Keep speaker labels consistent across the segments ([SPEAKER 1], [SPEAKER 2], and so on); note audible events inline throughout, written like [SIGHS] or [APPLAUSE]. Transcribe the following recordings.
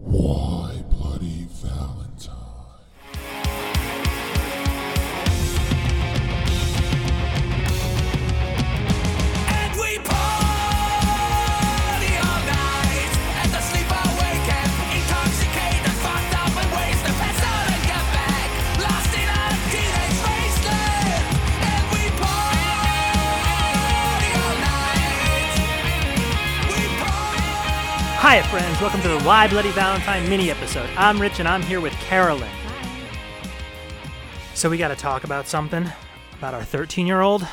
[SPEAKER 1] Why Bloody Valentine?
[SPEAKER 2] And we party all night, and the sleeper wake up, intoxicated, fucked up, and ways to pass out and get back, lost in a teenage wasteland. And we party all night. We party.
[SPEAKER 3] Hi, friends. Welcome to the Why Bloody Valentine mini episode. I'm Rich and I'm here with Carolyn. So, we got to talk about something about our 13 year old.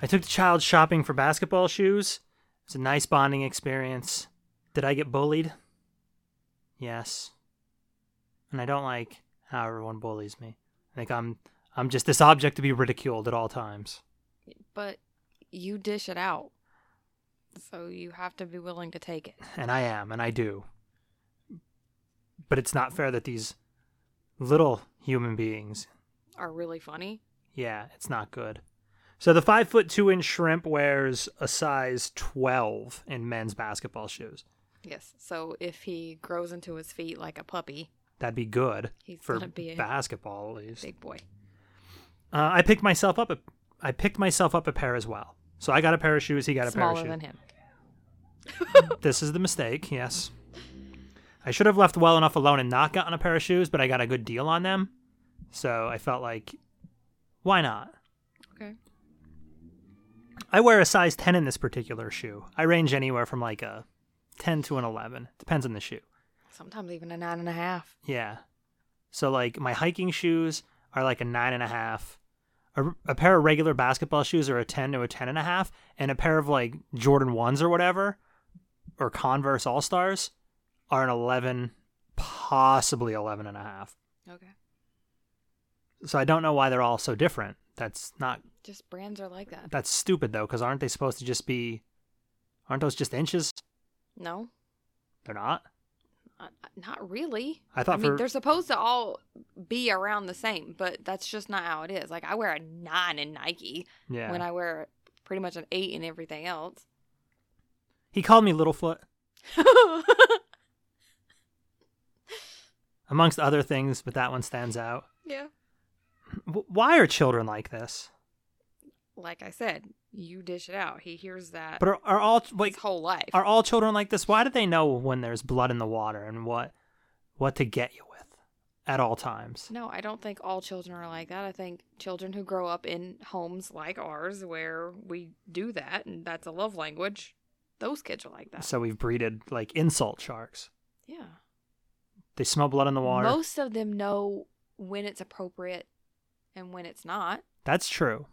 [SPEAKER 3] I took the child shopping for basketball shoes. It's a nice bonding experience. Did I get bullied? Yes. And I don't like how everyone bullies me. I think I'm I'm just this object to be ridiculed at all times.
[SPEAKER 4] but you dish it out. So you have to be willing to take it.
[SPEAKER 3] and I am, and I do. But it's not fair that these little human beings,
[SPEAKER 4] Are really funny.
[SPEAKER 3] yeah, it's not good. So the five foot two inch shrimp wears a size twelve in men's basketball shoes.
[SPEAKER 4] Yes. So if he grows into his feet like a puppy,
[SPEAKER 3] That'd be good
[SPEAKER 4] He's
[SPEAKER 3] for
[SPEAKER 4] gonna be a
[SPEAKER 3] basketball, at least.
[SPEAKER 4] big boy.
[SPEAKER 3] Uh, I picked myself up. A, I picked myself up a pair as well. So I got a pair of shoes. He got a pair of
[SPEAKER 4] Smaller
[SPEAKER 3] shoes.
[SPEAKER 4] than him.
[SPEAKER 3] this is the mistake, yes. I should have left well enough alone and not gotten a pair of shoes, but I got a good deal on them. So I felt like, why not?
[SPEAKER 4] Okay.
[SPEAKER 3] I wear a size 10 in this particular shoe. I range anywhere from like a 10 to an 11. Depends on the shoe.
[SPEAKER 4] Sometimes even a nine and a half.
[SPEAKER 3] Yeah. So like my hiking shoes are like a nine and a half. A, a pair of regular basketball shoes are a ten to a ten and a half, and a pair of like Jordan ones or whatever, or Converse All Stars, are an eleven, possibly eleven and a half.
[SPEAKER 4] Okay.
[SPEAKER 3] So I don't know why they're all so different. That's not
[SPEAKER 4] Just brands are like that.
[SPEAKER 3] that's stupid though, because aren't they supposed to just be? Aren't those just inches?
[SPEAKER 4] No,
[SPEAKER 3] They're not.
[SPEAKER 4] Uh, not really.
[SPEAKER 3] I thought
[SPEAKER 4] I mean,
[SPEAKER 3] for-
[SPEAKER 4] they're supposed to all be around the same, but that's just not how it is. Like I wear a nine in Nike
[SPEAKER 3] Yeah.
[SPEAKER 4] when I wear pretty much an eight in everything else. [LAUGHS]
[SPEAKER 3] he called me Littlefoot. amongst other things, but that one stands out.
[SPEAKER 4] yeah.
[SPEAKER 3] W- Why are children like this?
[SPEAKER 4] Like I said, you dish it out. He hears that.
[SPEAKER 3] But are, are all like
[SPEAKER 4] his whole life.
[SPEAKER 3] are all children like this? Why do they know when there's blood in the water and what what to get you with at all times?
[SPEAKER 4] no, I don't think all children are like that. I think children who grow up in homes like ours where we do that and that's a love language, those kids are like that.
[SPEAKER 3] So we've breeded like insult sharks.
[SPEAKER 4] yeah.
[SPEAKER 3] They smell blood in the water.
[SPEAKER 4] Most of them know when it's appropriate and when it's not.
[SPEAKER 3] That's true.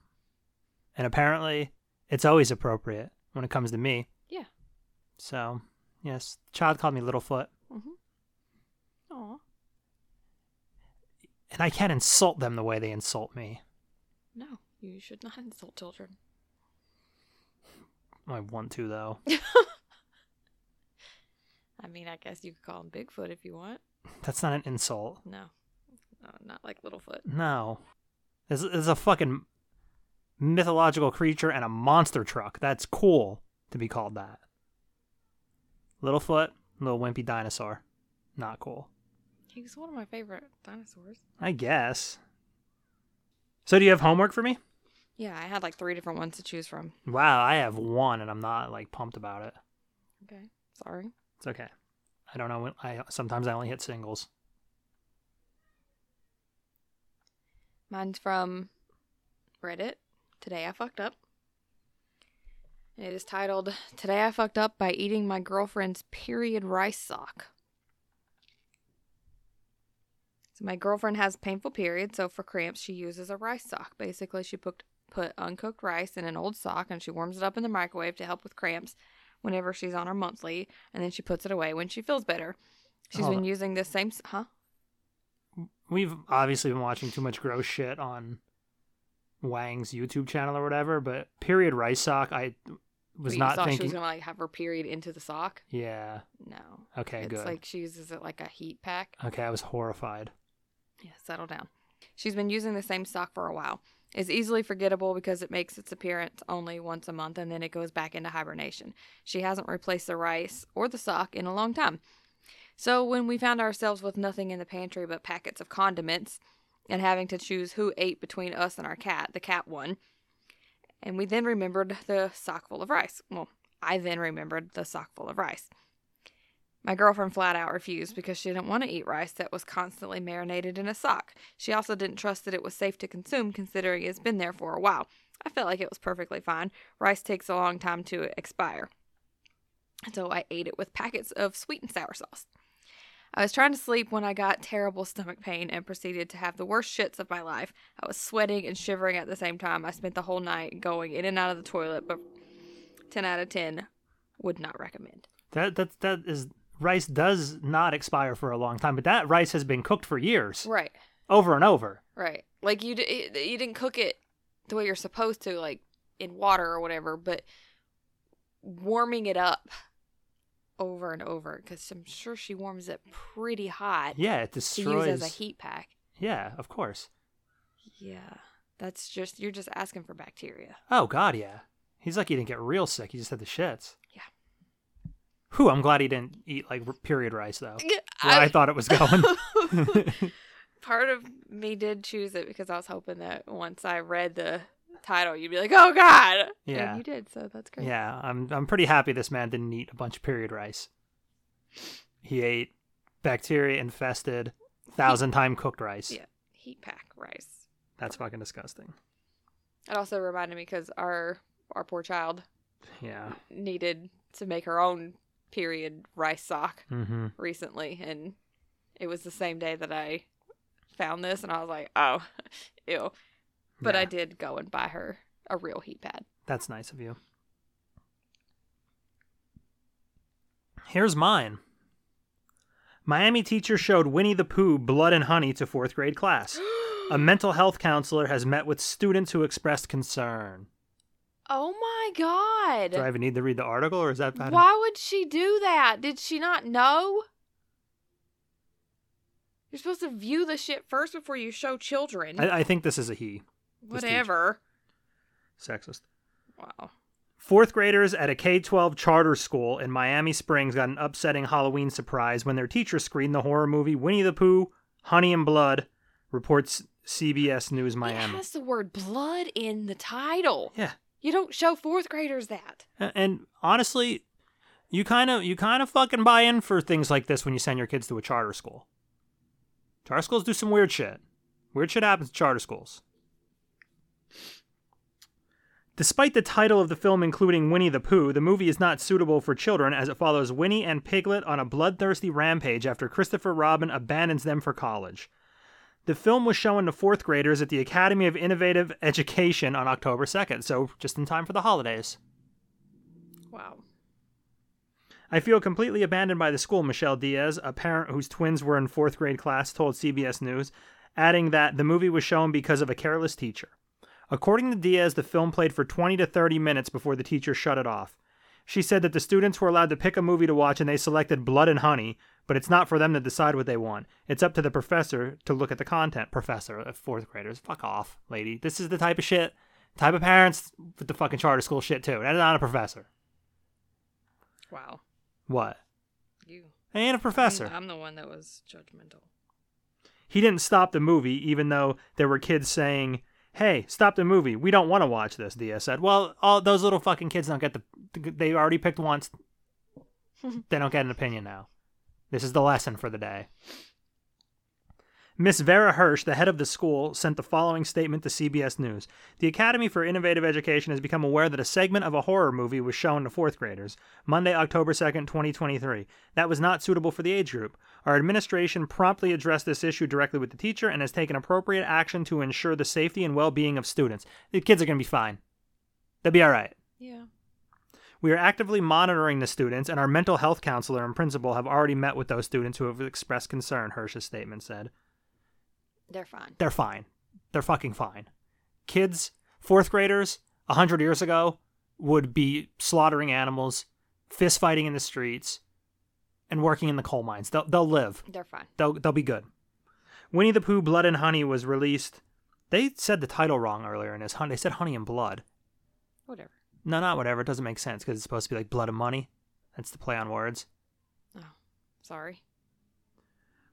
[SPEAKER 3] And apparently, it's always appropriate when it comes to me.
[SPEAKER 4] Yeah.
[SPEAKER 3] So, yes, the child called me Littlefoot,
[SPEAKER 4] Mm-hmm. Aw.
[SPEAKER 3] and I can't insult them the way they insult me.
[SPEAKER 4] No, you should not [LAUGHS] insult children.
[SPEAKER 3] I want to
[SPEAKER 4] [LAUGHS]
[SPEAKER 3] though.
[SPEAKER 4] I mean, I guess you could call him Bigfoot if you want.
[SPEAKER 3] That's not an insult.
[SPEAKER 4] No. No, not like Littlefoot.
[SPEAKER 3] No. This this is a fucking mythological creature and a monster truck. That's cool to be called that. Littlefoot, little wimpy dinosaur. Not cool.
[SPEAKER 4] He was one of my favorite dinosaurs.
[SPEAKER 3] I guess. So do you have homework for me?
[SPEAKER 4] Yeah, I had like three different ones to choose from.
[SPEAKER 3] Wow, I have one and I'm not like pumped about it.
[SPEAKER 4] Okay. Sorry.
[SPEAKER 3] It's okay. I don't know when I sometimes I only hit singles.
[SPEAKER 4] Mine's from Reddit. Today I fucked up. And it is titled Today I Fucked Up by Eating My Girlfriend's Period Rice Sock. So my girlfriend has painful periods, so for cramps she uses a rice sock. Basically, she put put uncooked rice in an old sock and she warms it up in the microwave to help with cramps whenever she's on her monthly, and then she puts it away when she feels better. She's
[SPEAKER 3] Hold
[SPEAKER 4] been
[SPEAKER 3] on.
[SPEAKER 4] using this same s- huh?
[SPEAKER 3] We've obviously been watching too much gross shit on Wang's YouTube channel or whatever, but period rice sock I was
[SPEAKER 4] But you
[SPEAKER 3] not
[SPEAKER 4] thought
[SPEAKER 3] thinking.
[SPEAKER 4] she was gonna like have her period into the sock.
[SPEAKER 3] Yeah.
[SPEAKER 4] No,
[SPEAKER 3] Okay.
[SPEAKER 4] it's
[SPEAKER 3] good.
[SPEAKER 4] like she uses it like a heat pack.
[SPEAKER 3] Okay, I was horrified.
[SPEAKER 4] Yeah, settle down. She's been using the same sock for a while. It's easily forgettable because it makes its appearance only once a month and then it goes back into hibernation. She hasn't replaced the rice or the sock in a long time. So when we found ourselves with nothing in the pantry but packets of condiments and having to choose who ate between us and our cat, the cat won. And we then remembered the sock full of rice. Well, I then remembered the sock full of rice. My girlfriend flat out refused because she didn't want to eat rice that was constantly marinated in a sock. She also didn't trust that it was safe to consume considering it's been there for a while. I felt like it was perfectly fine. Rice takes a long time to expire. So I ate it with packets of sweet and sour sauce. I was trying to sleep when I got terrible [LAUGHS] stomach pain and proceeded to have the worst shits of my life. I was sweating and shivering at the same time. I spent the whole night going in and out of the toilet, but 10 out of 10 would not recommend.
[SPEAKER 3] That that that is rice does not expire for a long time, but that rice has been cooked for years,
[SPEAKER 4] Right.
[SPEAKER 3] over and over.
[SPEAKER 4] Right. Like you, d- it- you didn't cook it the way you're supposed to, like in water or whatever, but warming it up over and over because I'm sure she warms it pretty hot
[SPEAKER 3] Yeah, it
[SPEAKER 4] to
[SPEAKER 3] destroys.
[SPEAKER 4] use as a heat pack.
[SPEAKER 3] Yeah, of course.
[SPEAKER 4] Yeah, that's just you're just asking for bacteria.
[SPEAKER 3] Oh God, yeah. He's lucky he didn't get real sick. He just had the shits.
[SPEAKER 4] Yeah.
[SPEAKER 3] Whew, I'm glad he didn't eat like r- period rice though. Where I
[SPEAKER 4] I-
[SPEAKER 3] thought it
[SPEAKER 4] [LAUGHS]
[SPEAKER 3] was going.
[SPEAKER 4] Part of me did choose it because I was hoping that once I read the title, you'd be like, "Oh God!"
[SPEAKER 3] Yeah.
[SPEAKER 4] and you did, so that's great.
[SPEAKER 3] yeah, I'm I'm pretty happy this man didn't eat a bunch of period rice. He ate bacteria infested, thousand time cooked rice.
[SPEAKER 4] yeah, heat pack rice.
[SPEAKER 3] That's fucking disgusting.
[SPEAKER 4] It also reminded me because our our poor child
[SPEAKER 3] Yeah.
[SPEAKER 4] needed to make her own period rice sock
[SPEAKER 3] Mm-hmm.
[SPEAKER 4] recently, and it was the same day that I found this, and I was like, oh, [LAUGHS] ew. But I
[SPEAKER 3] Yeah.
[SPEAKER 4] did go and buy her a real heat pad.
[SPEAKER 3] That's nice of you. Here's mine. Miami teacher showed Winnie the Pooh blood and honey to fourth grade
[SPEAKER 4] [GASPS]
[SPEAKER 3] class. A mental health counselor has met with students who expressed concern.
[SPEAKER 4] Oh my
[SPEAKER 3] Do I
[SPEAKER 4] god!
[SPEAKER 3] even need to read the article, or is that bad?
[SPEAKER 4] Why would she do that? Did she not know? You're supposed to view the shit first before you show children.
[SPEAKER 3] I, I think this is a he. this teacher.
[SPEAKER 4] Whatever.
[SPEAKER 3] Sexist.
[SPEAKER 4] Wow.
[SPEAKER 3] Fourth graders at a K 12 charter school in Miami Springs got an upsetting Halloween surprise when their teacher screened the horror movie Winnie the Pooh, Honey and Blood, reports CBS News Miami.
[SPEAKER 4] It has the word blood in the title.
[SPEAKER 3] Yeah.
[SPEAKER 4] You don't show fourth graders that.
[SPEAKER 3] A- And honestly, you kind of you kind of fucking buy in for things like this when you send your kids to a charter school. Charter schools do some weird shit. Weird shit happens to charter schools. Despite the title of the film including Winnie the Pooh, the movie is not suitable for children as it follows Winnie and Piglet on a bloodthirsty rampage after Christopher Robin abandons them for college. The film was shown to fourth graders at the Academy of Innovative Education on October 2nd, so just in time for the holidays.
[SPEAKER 4] Wow.
[SPEAKER 3] I feel completely abandoned by the school, Michelle Diaz, a parent whose twins were in fourth grade class, told CBS News, adding that the movie was shown because of a careless teacher. According to Diaz, the film played for 20 to 30 minutes before the teacher shut it off. She said that the students were allowed to pick a movie to watch and they selected Blood and Honey, but it's not for them to decide what they want. It's up to the professor to look at the content. Professor of fourth graders, fuck off, lady. This is the type of shit, type of parents with the fucking charter school shit too. That's not a professor.
[SPEAKER 4] Wow.
[SPEAKER 3] What?
[SPEAKER 4] You.
[SPEAKER 3] I ain't a professor.
[SPEAKER 4] I'm the one that was judgmental.
[SPEAKER 3] he didn't stop the movie, even though there were kids saying, "Hey, stop the movie! We don't want to watch this." Dia said, "Well, all those little fucking kids don't get the. They already picked once. they don't get an opinion now. This is the lesson for the day." Miss Vera Hirsch, the head of the school, sent the following statement to CBS News. The Academy for Innovative Education has become aware that a segment of a horror movie was shown to fourth graders Monday, October 2nd, 2023. That was not suitable for the age group. Our administration promptly addressed this issue directly with the teacher and has taken appropriate action to ensure the safety and well being of students. The kids are going to be fine. They'll be all right.
[SPEAKER 4] Yeah.
[SPEAKER 3] We are actively monitoring the students, and our mental health counselor and principal have already met with those students who have expressed concern, Hirsch's statement said
[SPEAKER 4] They're fine.
[SPEAKER 3] they're fine. They're fucking fine. Kids, fourth graders, a hundred years ago, would be slaughtering animals, fist fighting in the streets, and working in the coal mines. They'll they'll live.
[SPEAKER 4] They're fine.
[SPEAKER 3] They'll they'll be good. Winnie the Pooh Blood and Honey was released. They said the title wrong earlier in this. Honey, they said Honey and Blood.
[SPEAKER 4] Whatever.
[SPEAKER 3] No, not whatever. It doesn't make sense because it's supposed to be like Blood and Money. That's the play on words.
[SPEAKER 4] Oh, Sorry.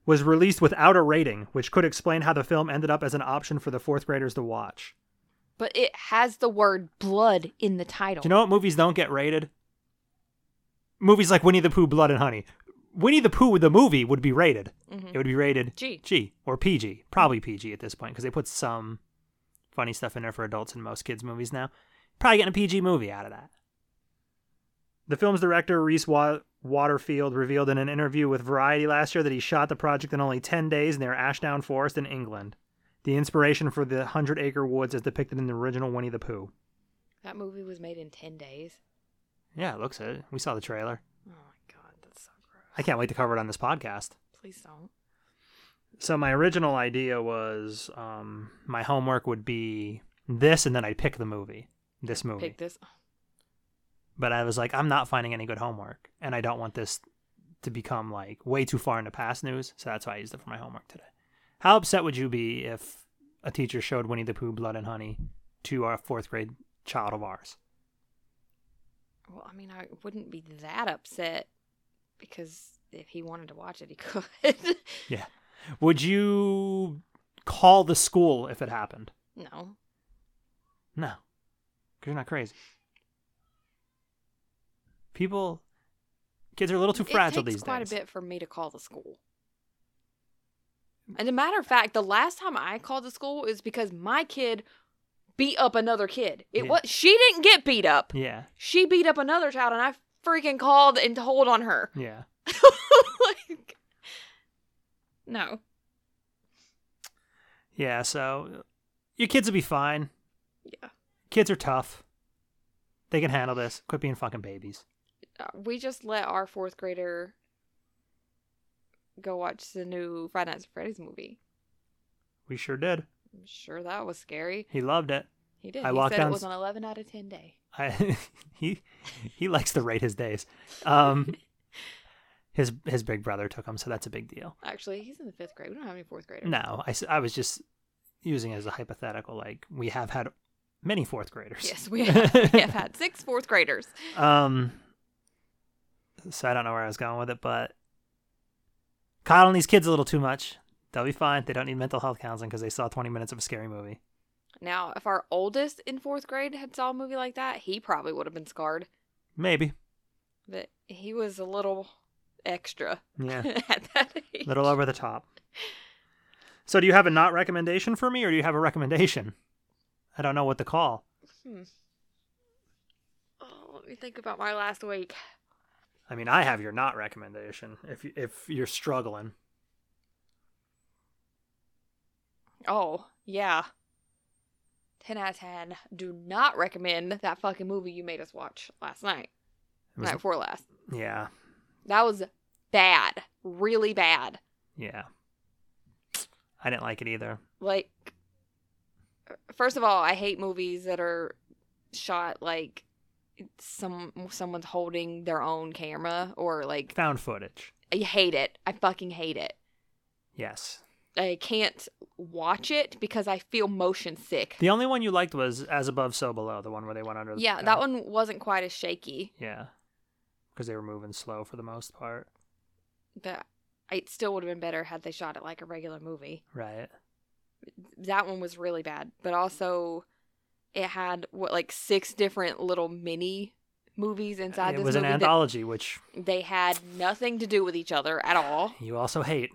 [SPEAKER 3] Was released without a rating, which could explain how the film ended up as an option for the fourth graders to watch.
[SPEAKER 4] But it has the word blood in the title.
[SPEAKER 3] Do you know what movies don't get rated? Movies like Winnie the Pooh, Blood and Honey. Winnie the Pooh, the movie, would be rated. It would be rated
[SPEAKER 4] Mm-hmm. G.
[SPEAKER 3] G or PG. Probably PG at this point because they put some funny stuff in there for adults in most kids' movies now. Probably getting a PG movie out of that. The film's director, Reese Wa- Waterfield, revealed in an interview with Variety last year that he shot the project in only 10 days near Ashdown Forest in England, the inspiration for the Hundred Acre Woods as depicted in the original Winnie the Pooh.
[SPEAKER 4] That movie was made in 10 days.
[SPEAKER 3] Yeah, it looks it. We saw the trailer.
[SPEAKER 4] Oh my god, that's so gross.
[SPEAKER 3] I can't wait to cover it on this podcast.
[SPEAKER 4] Please don't.
[SPEAKER 3] So my original idea was um, my homework would be this, and then I'd pick the movie, this movie.
[SPEAKER 4] Pick this.
[SPEAKER 3] but I was like, I'm not finding any good homework, and I don't want this to become like way too far into past news. So that's why I used it for my homework today. How upset would you be if a teacher showed Winnie the Pooh, Blood and Honey to our fourth grade child of ours?
[SPEAKER 4] Well, I mean, I wouldn't be that upset because if he wanted to watch it, he [LAUGHS] could.
[SPEAKER 3] Yeah. Would you call the school if it happened?
[SPEAKER 4] no.
[SPEAKER 3] No, 'cause you're not crazy. People, kids are a little too fragile
[SPEAKER 4] it takes
[SPEAKER 3] these
[SPEAKER 4] quite
[SPEAKER 3] days.
[SPEAKER 4] a bit for me to call the school. And a matter of fact, the last time I called the school is because my kid beat up another kid. It
[SPEAKER 3] Yeah.
[SPEAKER 4] was she didn't get beat up.
[SPEAKER 3] Yeah,
[SPEAKER 4] She beat up another child, and I freaking called and told on her. [LAUGHS]
[SPEAKER 3] yeah.
[SPEAKER 4] like, no.
[SPEAKER 3] Yeah, so uh, your kids will be fine.
[SPEAKER 4] Yeah.
[SPEAKER 3] Kids are tough. They can handle this. Quit being fucking babies.
[SPEAKER 4] Uh, We just let our fourth grader go watch the new Five Nights at Freddy's movie.
[SPEAKER 3] We sure did.
[SPEAKER 4] I'm sure that was scary.
[SPEAKER 3] He loved it.
[SPEAKER 4] He did.
[SPEAKER 3] I
[SPEAKER 4] he
[SPEAKER 3] walked
[SPEAKER 4] said
[SPEAKER 3] down-
[SPEAKER 4] it was an 11 out of 10 day.
[SPEAKER 3] I, [LAUGHS] he he likes to rate his days.
[SPEAKER 4] [LAUGHS]
[SPEAKER 3] Um, his his big brother took him, so that's a big deal.
[SPEAKER 4] Actually, he's in the fifth grade. We don't have any fourth graders.
[SPEAKER 3] No, I, s- I was just using it as a hypothetical. Like we have had many fourth graders.
[SPEAKER 4] Yes, we have, we have had six fourth graders.
[SPEAKER 3] [LAUGHS] Um, so I don't know where I was going with it, but coddling these kids a little too much. They'll be fine. They don't need mental health counseling because they saw 20 minutes of a scary movie.
[SPEAKER 4] Now, if our oldest in fourth grade had saw a movie like that, he probably would have been scarred.
[SPEAKER 3] Maybe.
[SPEAKER 4] But he was a little extra
[SPEAKER 3] Yeah.
[SPEAKER 4] [LAUGHS] at that age.
[SPEAKER 3] A little over the top. So do you have a not recommendation for me or do you have a recommendation? I don't know what to call.
[SPEAKER 4] Oh, let me think about my last week.
[SPEAKER 3] I mean, I have your not recommendation if, you- if you're struggling.
[SPEAKER 4] Oh, yeah. 10 out of 10. Do not recommend that fucking movie you made us watch last night.
[SPEAKER 3] It was-
[SPEAKER 4] night before last.
[SPEAKER 3] yeah.
[SPEAKER 4] That was bad. Really bad.
[SPEAKER 3] Yeah. I didn't like it either.
[SPEAKER 4] Like, first of all, I hate movies that are shot like some someone's holding their own camera or like
[SPEAKER 3] Found footage.
[SPEAKER 4] I hate it. I fucking hate it.
[SPEAKER 3] Yes.
[SPEAKER 4] I can't watch it because I feel motion sick.
[SPEAKER 3] The only one you liked was As Above, So Below, the one where they went under the.
[SPEAKER 4] Yeah, that one wasn't quite as shaky.
[SPEAKER 3] Yeah. Because they were moving slow for the most part.
[SPEAKER 4] but it still would have been better had they shot it like a regular movie.
[SPEAKER 3] Right.
[SPEAKER 4] That one was really bad, but also it had what like six different little mini movies inside
[SPEAKER 3] it
[SPEAKER 4] this
[SPEAKER 3] was an
[SPEAKER 4] movie that
[SPEAKER 3] anthology, which
[SPEAKER 4] they had nothing to do with each other at all.
[SPEAKER 3] you also hate.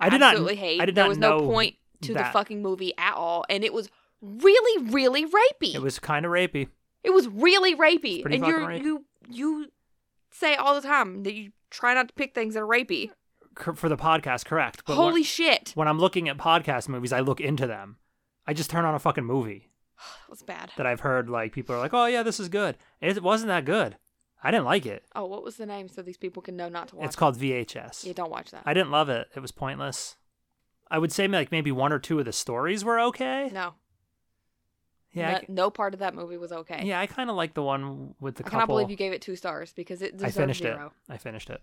[SPEAKER 3] I did
[SPEAKER 4] Absolutely
[SPEAKER 3] not.
[SPEAKER 4] hate.
[SPEAKER 3] I did
[SPEAKER 4] there
[SPEAKER 3] not
[SPEAKER 4] was
[SPEAKER 3] know
[SPEAKER 4] no point to the
[SPEAKER 3] that.
[SPEAKER 4] fucking movie at all, and it was really, really rapey.
[SPEAKER 3] It was kind of rapey.
[SPEAKER 4] It was really rapey,
[SPEAKER 3] pretty fucking
[SPEAKER 4] and you are
[SPEAKER 3] rape.
[SPEAKER 4] you you say all the time that you try not to pick things that are rapey.
[SPEAKER 3] Cor- For the podcast, correct. But
[SPEAKER 4] Holy
[SPEAKER 3] when,
[SPEAKER 4] shit,
[SPEAKER 3] when I'm looking at podcast movies, I look into them. I just turn on a fucking movie
[SPEAKER 4] that was bad.
[SPEAKER 3] that I've heard like people are like, "Oh yeah, this is good." It wasn't that good. I didn't like it.
[SPEAKER 4] Oh, what was the name so these people can know not to watch?
[SPEAKER 3] It's called VHS.
[SPEAKER 4] Yeah, don't watch that.
[SPEAKER 3] I didn't love it. It was pointless. I would say like maybe one or two of the stories were okay.
[SPEAKER 4] no,
[SPEAKER 3] Yeah, I
[SPEAKER 4] no,
[SPEAKER 3] c-
[SPEAKER 4] no part of that movie was okay.
[SPEAKER 3] yeah, I kind of like the one with the
[SPEAKER 4] I
[SPEAKER 3] couple.
[SPEAKER 4] cannot believe you gave it two stars because it
[SPEAKER 3] I
[SPEAKER 4] deserved
[SPEAKER 3] finished
[SPEAKER 4] zero.
[SPEAKER 3] it. I finished it.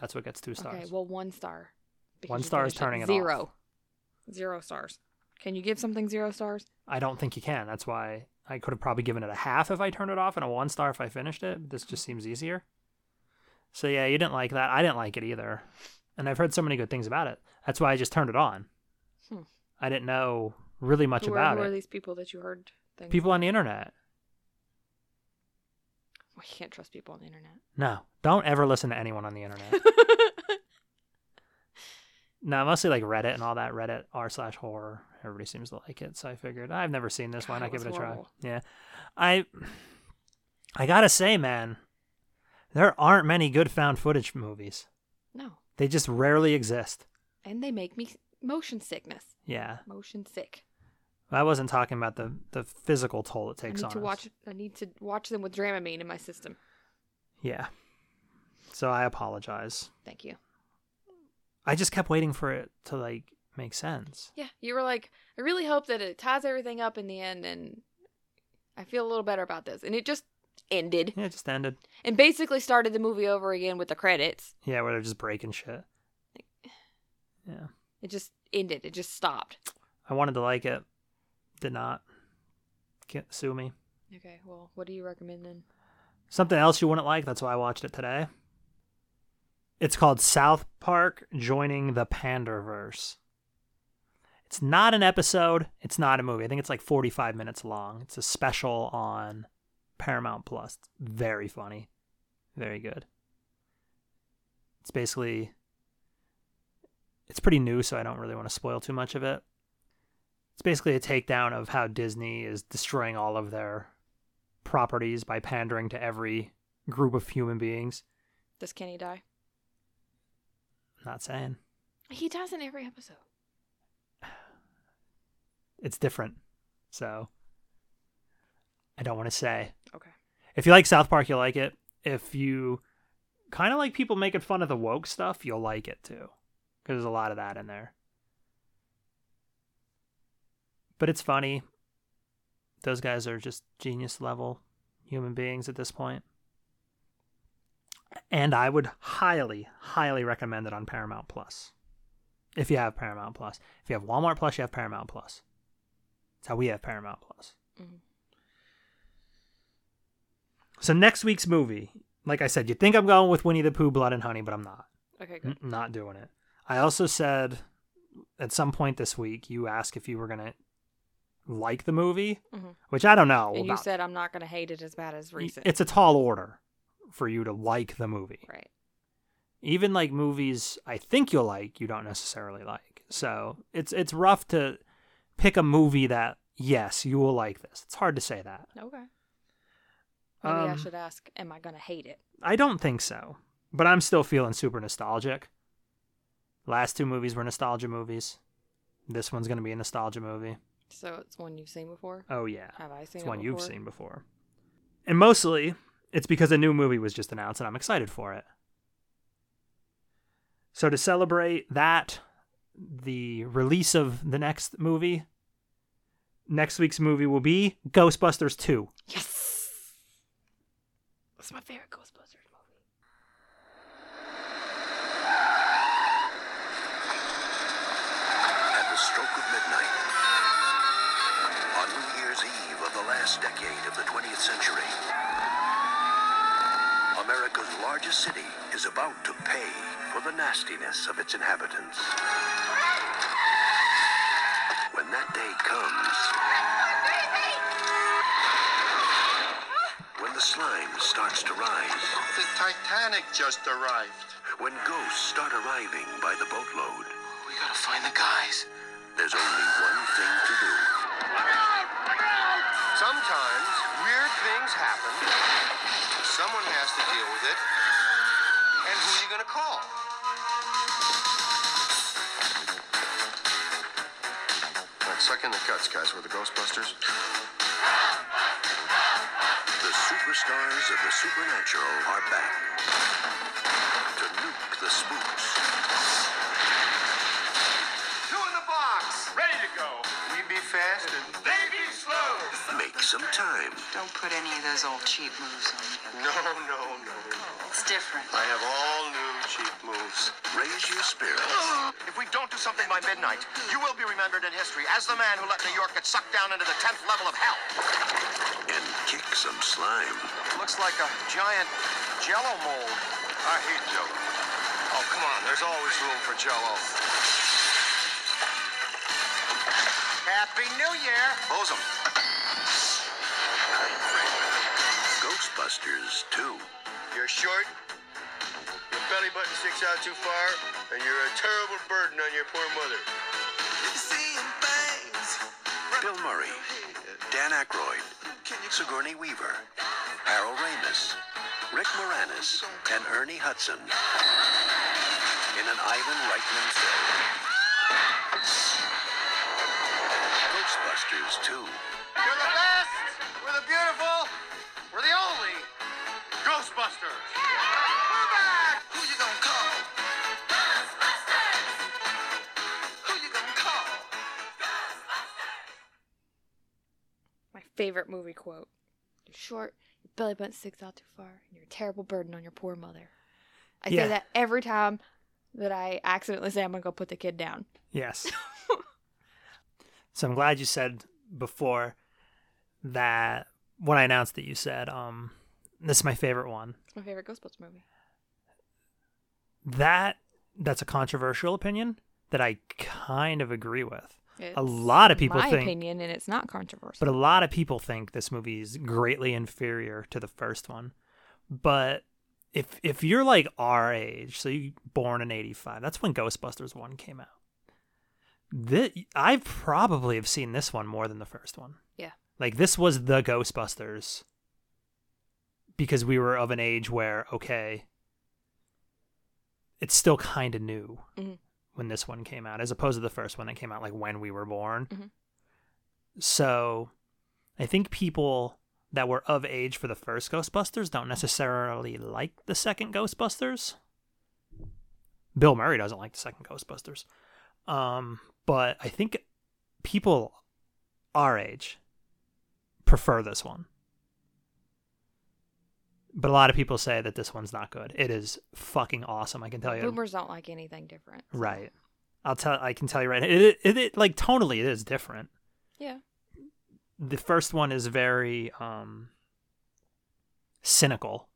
[SPEAKER 3] That's what gets two stars.
[SPEAKER 4] Okay, well, one star. because
[SPEAKER 3] One
[SPEAKER 4] you
[SPEAKER 3] star is
[SPEAKER 4] finished
[SPEAKER 3] turning it off.
[SPEAKER 4] zero. Zero stars. Can you give something zero stars?
[SPEAKER 3] I don't think you can. That's why I could have probably given it a half if I turned it off and a one star if I finished it. This just seems easier. So yeah, you didn't like that. I didn't like it either. And I've heard so many good things about it. That's why I just turned it on.
[SPEAKER 4] Hmm.
[SPEAKER 3] I didn't know really much
[SPEAKER 4] who are,
[SPEAKER 3] about
[SPEAKER 4] who are
[SPEAKER 3] it.
[SPEAKER 4] these people that you heard things?
[SPEAKER 3] People on the internet.
[SPEAKER 4] We can't trust people on
[SPEAKER 3] [LAUGHS]
[SPEAKER 4] the internet.
[SPEAKER 3] No, don't ever listen to anyone on the internet. [LAUGHS] no, mostly like Reddit and all that. Reddit r slash horror. Everybody seems to like it, so I figured I've never seen this. Why
[SPEAKER 4] God,
[SPEAKER 3] not
[SPEAKER 4] it
[SPEAKER 3] give it
[SPEAKER 4] was
[SPEAKER 3] a
[SPEAKER 4] horrible.
[SPEAKER 3] try? Yeah, I [SIGHS] I gotta say, man, there aren't many good found footage movies.
[SPEAKER 4] no.
[SPEAKER 3] They just rarely exist.
[SPEAKER 4] And they make me motion sickness.
[SPEAKER 3] Yeah,
[SPEAKER 4] Motion sick.
[SPEAKER 3] I wasn't talking about the the physical toll it
[SPEAKER 4] I
[SPEAKER 3] takes
[SPEAKER 4] need
[SPEAKER 3] on
[SPEAKER 4] to
[SPEAKER 3] us.
[SPEAKER 4] watch. I need to watch them with Dramamine in my system.
[SPEAKER 3] Yeah, so I apologize.
[SPEAKER 4] Thank you.
[SPEAKER 3] I just kept waiting for it to like make sense.
[SPEAKER 4] Yeah, you were like, I really hope that it ties everything up in the end, and I feel a little better about this. And it just ended,
[SPEAKER 3] Yeah, it just ended.
[SPEAKER 4] and basically started the movie over again with the credits.
[SPEAKER 3] Yeah, where they're just breaking shit. Yeah.
[SPEAKER 4] It just ended. It just stopped.
[SPEAKER 3] I wanted to like it. Did not. Can't sue me.
[SPEAKER 4] Okay. Well, what do you recommend then?
[SPEAKER 3] Something else you wouldn't like, that's why I watched it today. It's called South Park Joining the Panderverse. It's not an episode, it's not a movie. I think it's like 45 minutes long. It's a special on Paramount Plus. It's very funny. Very good. It's basically it's pretty new, so I don't really want to spoil too much of it. It's basically a takedown of how Disney is destroying all of their properties by pandering to every group of human beings.
[SPEAKER 4] Does Kenny die?
[SPEAKER 3] Not saying
[SPEAKER 4] He dies in every episode.
[SPEAKER 3] it's different. So I don't want to say.
[SPEAKER 4] Okay.
[SPEAKER 3] If you like South Park, you'll like it. If you kind of like people making fun of the woke stuff, you'll like it too. Because there's a lot of that in there. But it's funny. Those guys are just genius level human beings at this point. And I would highly, highly recommend it on Paramount Plus. If you have Paramount Plus. If you have Walmart Plus, you have Paramount Plus. That's how we have Paramount Plus.
[SPEAKER 4] Mhm.
[SPEAKER 3] So next week's movie, like I said, you think I'm going with Winnie the Pooh, Blood and Honey, but I'm not.
[SPEAKER 4] Okay. Good.
[SPEAKER 3] N- Not doing it. I also said at some point this week you asked if you were gonna like the movie,
[SPEAKER 4] Mhm.
[SPEAKER 3] which I don't know.
[SPEAKER 4] And you
[SPEAKER 3] about.
[SPEAKER 4] said I'm not going to hate it as bad as recent.
[SPEAKER 3] it's a tall order for you to like the movie.
[SPEAKER 4] right.
[SPEAKER 3] Even like movies I think you'll like, you don't necessarily like. So it's it's rough to pick a movie that yes you will like this. It's hard to say that.
[SPEAKER 4] Okay. Maybe I
[SPEAKER 3] Um,
[SPEAKER 4] should ask, am I going to hate it?
[SPEAKER 3] I don't think so, but I'm still feeling super nostalgic. Last two movies were nostalgia movies. This one's going to be a nostalgia movie.
[SPEAKER 4] So it's one you've seen before.
[SPEAKER 3] Oh yeah.
[SPEAKER 4] Have I seen
[SPEAKER 3] It's
[SPEAKER 4] it
[SPEAKER 3] one you've
[SPEAKER 4] before?
[SPEAKER 3] seen before. And mostly, it's because a new movie was just announced and I'm excited for it. So to celebrate that the release of the next movie, next week's movie will be Ghostbusters 2.
[SPEAKER 4] Yes. That's my favorite Ghostbusters movie.
[SPEAKER 5] At the stroke of midnight, on New Year's Eve of the last decade of the 20th century, America's largest city is about to pay for the nastiness of its inhabitants. When that day comes, when the slime starts to rise,
[SPEAKER 6] The Titanic just arrived.
[SPEAKER 5] when ghosts start arriving by the boatload,
[SPEAKER 6] We gotta find the guys.
[SPEAKER 5] there's only one thing to do.
[SPEAKER 6] Sometimes weird things happen. Someone has to deal with it. And who are you gonna call? All right, suck in the guts, guys. We're the Ghostbusters.
[SPEAKER 5] The superstars of the supernatural are back to nuke the spooks
[SPEAKER 6] Two in the box. Ready to go. We be fast and they be slow.
[SPEAKER 5] some time.
[SPEAKER 7] Don't put any of those old cheap moves on me.
[SPEAKER 6] No, no, no.
[SPEAKER 7] It's different.
[SPEAKER 6] I have all new cheap moves.
[SPEAKER 5] Raise your
[SPEAKER 6] [GASPS]
[SPEAKER 5] spirits.
[SPEAKER 6] If we don't do something by midnight, you will be remembered in history as the man who let New York get sucked down into the 10th level of hell.
[SPEAKER 5] and kick some slime.
[SPEAKER 6] Looks like a giant jello mold. I hate jello. Oh, come on. There's always room for jello. Happy New Year. Close 'em.
[SPEAKER 5] Ghostbusters 2.
[SPEAKER 6] You're short, your belly button sticks out too far, and you're a terrible burden on your poor mother.
[SPEAKER 5] Bill Murray, Dan Aykroyd, Sigourney Weaver, Harold Ramis, Rick Moranis, and Ernie Hudson in an Ivan Reitman film. Ghostbusters 2.
[SPEAKER 6] You're the best! We're the beautiful! We're the only Ghostbusters! We're back!
[SPEAKER 2] Who you gonna call? Ghostbusters! Who you gonna call?
[SPEAKER 4] My favorite movie quote. You're short, your belly button sticks out too far, and you're a terrible burden on your poor mother. I
[SPEAKER 3] Yeah.
[SPEAKER 4] say that every time that I accidentally say I'm gonna go put the kid down. [LAUGHS]
[SPEAKER 3] Yes. so I'm glad you said before that when I announced that you said, um, this is my favorite one.
[SPEAKER 4] It's my favorite Ghostbusters movie.
[SPEAKER 3] That that's a controversial opinion that I kind of agree with.
[SPEAKER 4] It's
[SPEAKER 3] a lot of people
[SPEAKER 4] my
[SPEAKER 3] think
[SPEAKER 4] opinion, and it's not controversial.
[SPEAKER 3] But a lot of people think this movie is greatly inferior to the first one. But if if you're like our age, so you born in '85, that's when Ghostbusters one came out. This, I probably have seen this one more than the first one.
[SPEAKER 4] yeah,
[SPEAKER 3] Like this was the Ghostbusters because we were of an age where okay, it's still kind of new
[SPEAKER 4] Mhm.
[SPEAKER 3] when this one came out, as opposed to the first one that came out like when we were born.
[SPEAKER 4] Mhm.
[SPEAKER 3] So, I think people that were of age for the first Ghostbusters don't necessarily like the second Ghostbusters. Bill Murray doesn't like the second Ghostbusters, um, but I think people our age prefer this one. But a lot of people say that this one's not good. It is fucking awesome. I can tell you.
[SPEAKER 4] boomers don't like anything different. so-
[SPEAKER 3] Oh, Right. I'll tell. I can tell you right. It, it, it like tonally it is different.
[SPEAKER 4] Yeah.
[SPEAKER 3] The first one is very um cynical.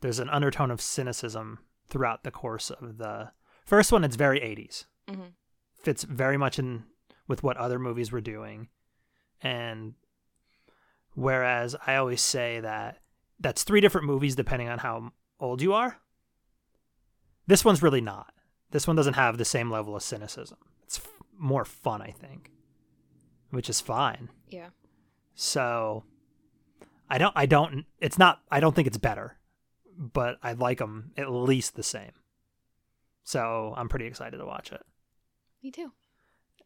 [SPEAKER 3] There's an undertone of cynicism throughout the course of the first one. It's very 80s.
[SPEAKER 4] Mhm.
[SPEAKER 3] Fits very much in with what other movies were doing, and whereas I always say that that's three different movies depending on how old you are. This one's really not. This one doesn't have the same level of cynicism. It's f- more fun, I think, which is fine.
[SPEAKER 4] Yeah.
[SPEAKER 3] So I don't I don't it's not I don't think it's better, but I like them at least the same. So I'm pretty excited to watch it.
[SPEAKER 4] Me too.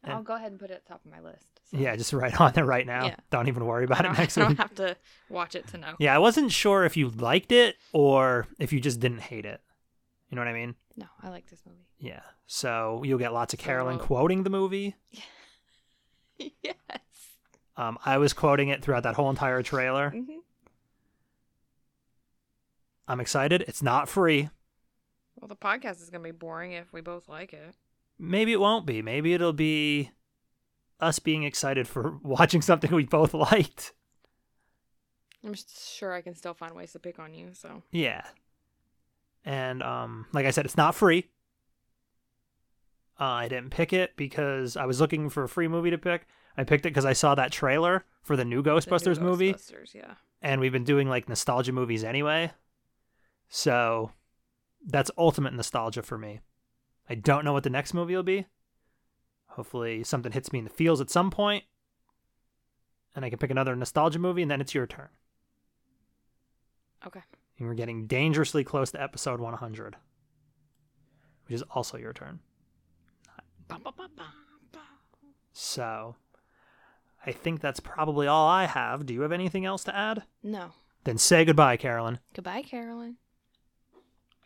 [SPEAKER 3] Yeah.
[SPEAKER 4] I'll go ahead and put it at the top of my list. so
[SPEAKER 3] Yeah, just right [LAUGHS] on there right now.
[SPEAKER 4] Yeah.
[SPEAKER 3] Don't even worry
[SPEAKER 4] I
[SPEAKER 3] about it
[SPEAKER 4] don't,
[SPEAKER 3] next
[SPEAKER 4] [LAUGHS] I don't
[SPEAKER 3] week.
[SPEAKER 4] have to watch it to know.
[SPEAKER 3] Yeah, I wasn't sure if you liked it or if you just didn't hate it. You know what I mean?
[SPEAKER 4] No, I like this movie.
[SPEAKER 3] Yeah. So you'll get lots of
[SPEAKER 4] So-
[SPEAKER 3] Carolyn quoting the movie.
[SPEAKER 4] [LAUGHS] yes.
[SPEAKER 3] Um, I was quoting it throughout that whole entire trailer.
[SPEAKER 4] hmm
[SPEAKER 3] I'm excited. It's not free.
[SPEAKER 4] Well, the podcast is gonna be boring if we both like it.
[SPEAKER 3] Maybe it won't be. Maybe it'll be us being excited for [LAUGHS] watching something we both [LAUGHS] liked.
[SPEAKER 4] I'm s- sure I can still find ways to pick on you. So
[SPEAKER 3] Yeah. And um, like I said, it's not free. Uh, I didn't pick it because I was looking for a free movie to pick. I picked it because I saw that trailer for the new
[SPEAKER 4] The new
[SPEAKER 3] Ghostbusters movie.
[SPEAKER 4] Ghostbusters, yeah.
[SPEAKER 3] and we've been doing like nostalgia movies anyway. So that's ultimate nostalgia for me. I don't know what the next movie will be. Hopefully something hits me in the feels at some point and I can pick another nostalgia movie and then it's your turn.
[SPEAKER 4] Okay.
[SPEAKER 3] And we're getting dangerously close to episode 100, which is also your turn.
[SPEAKER 4] Bum, bum, bum, bum, bum.
[SPEAKER 3] So I think that's probably all I have. Do you have anything else to add?
[SPEAKER 4] No.
[SPEAKER 3] Then say goodbye, Carolyn.
[SPEAKER 4] Goodbye, Carolyn.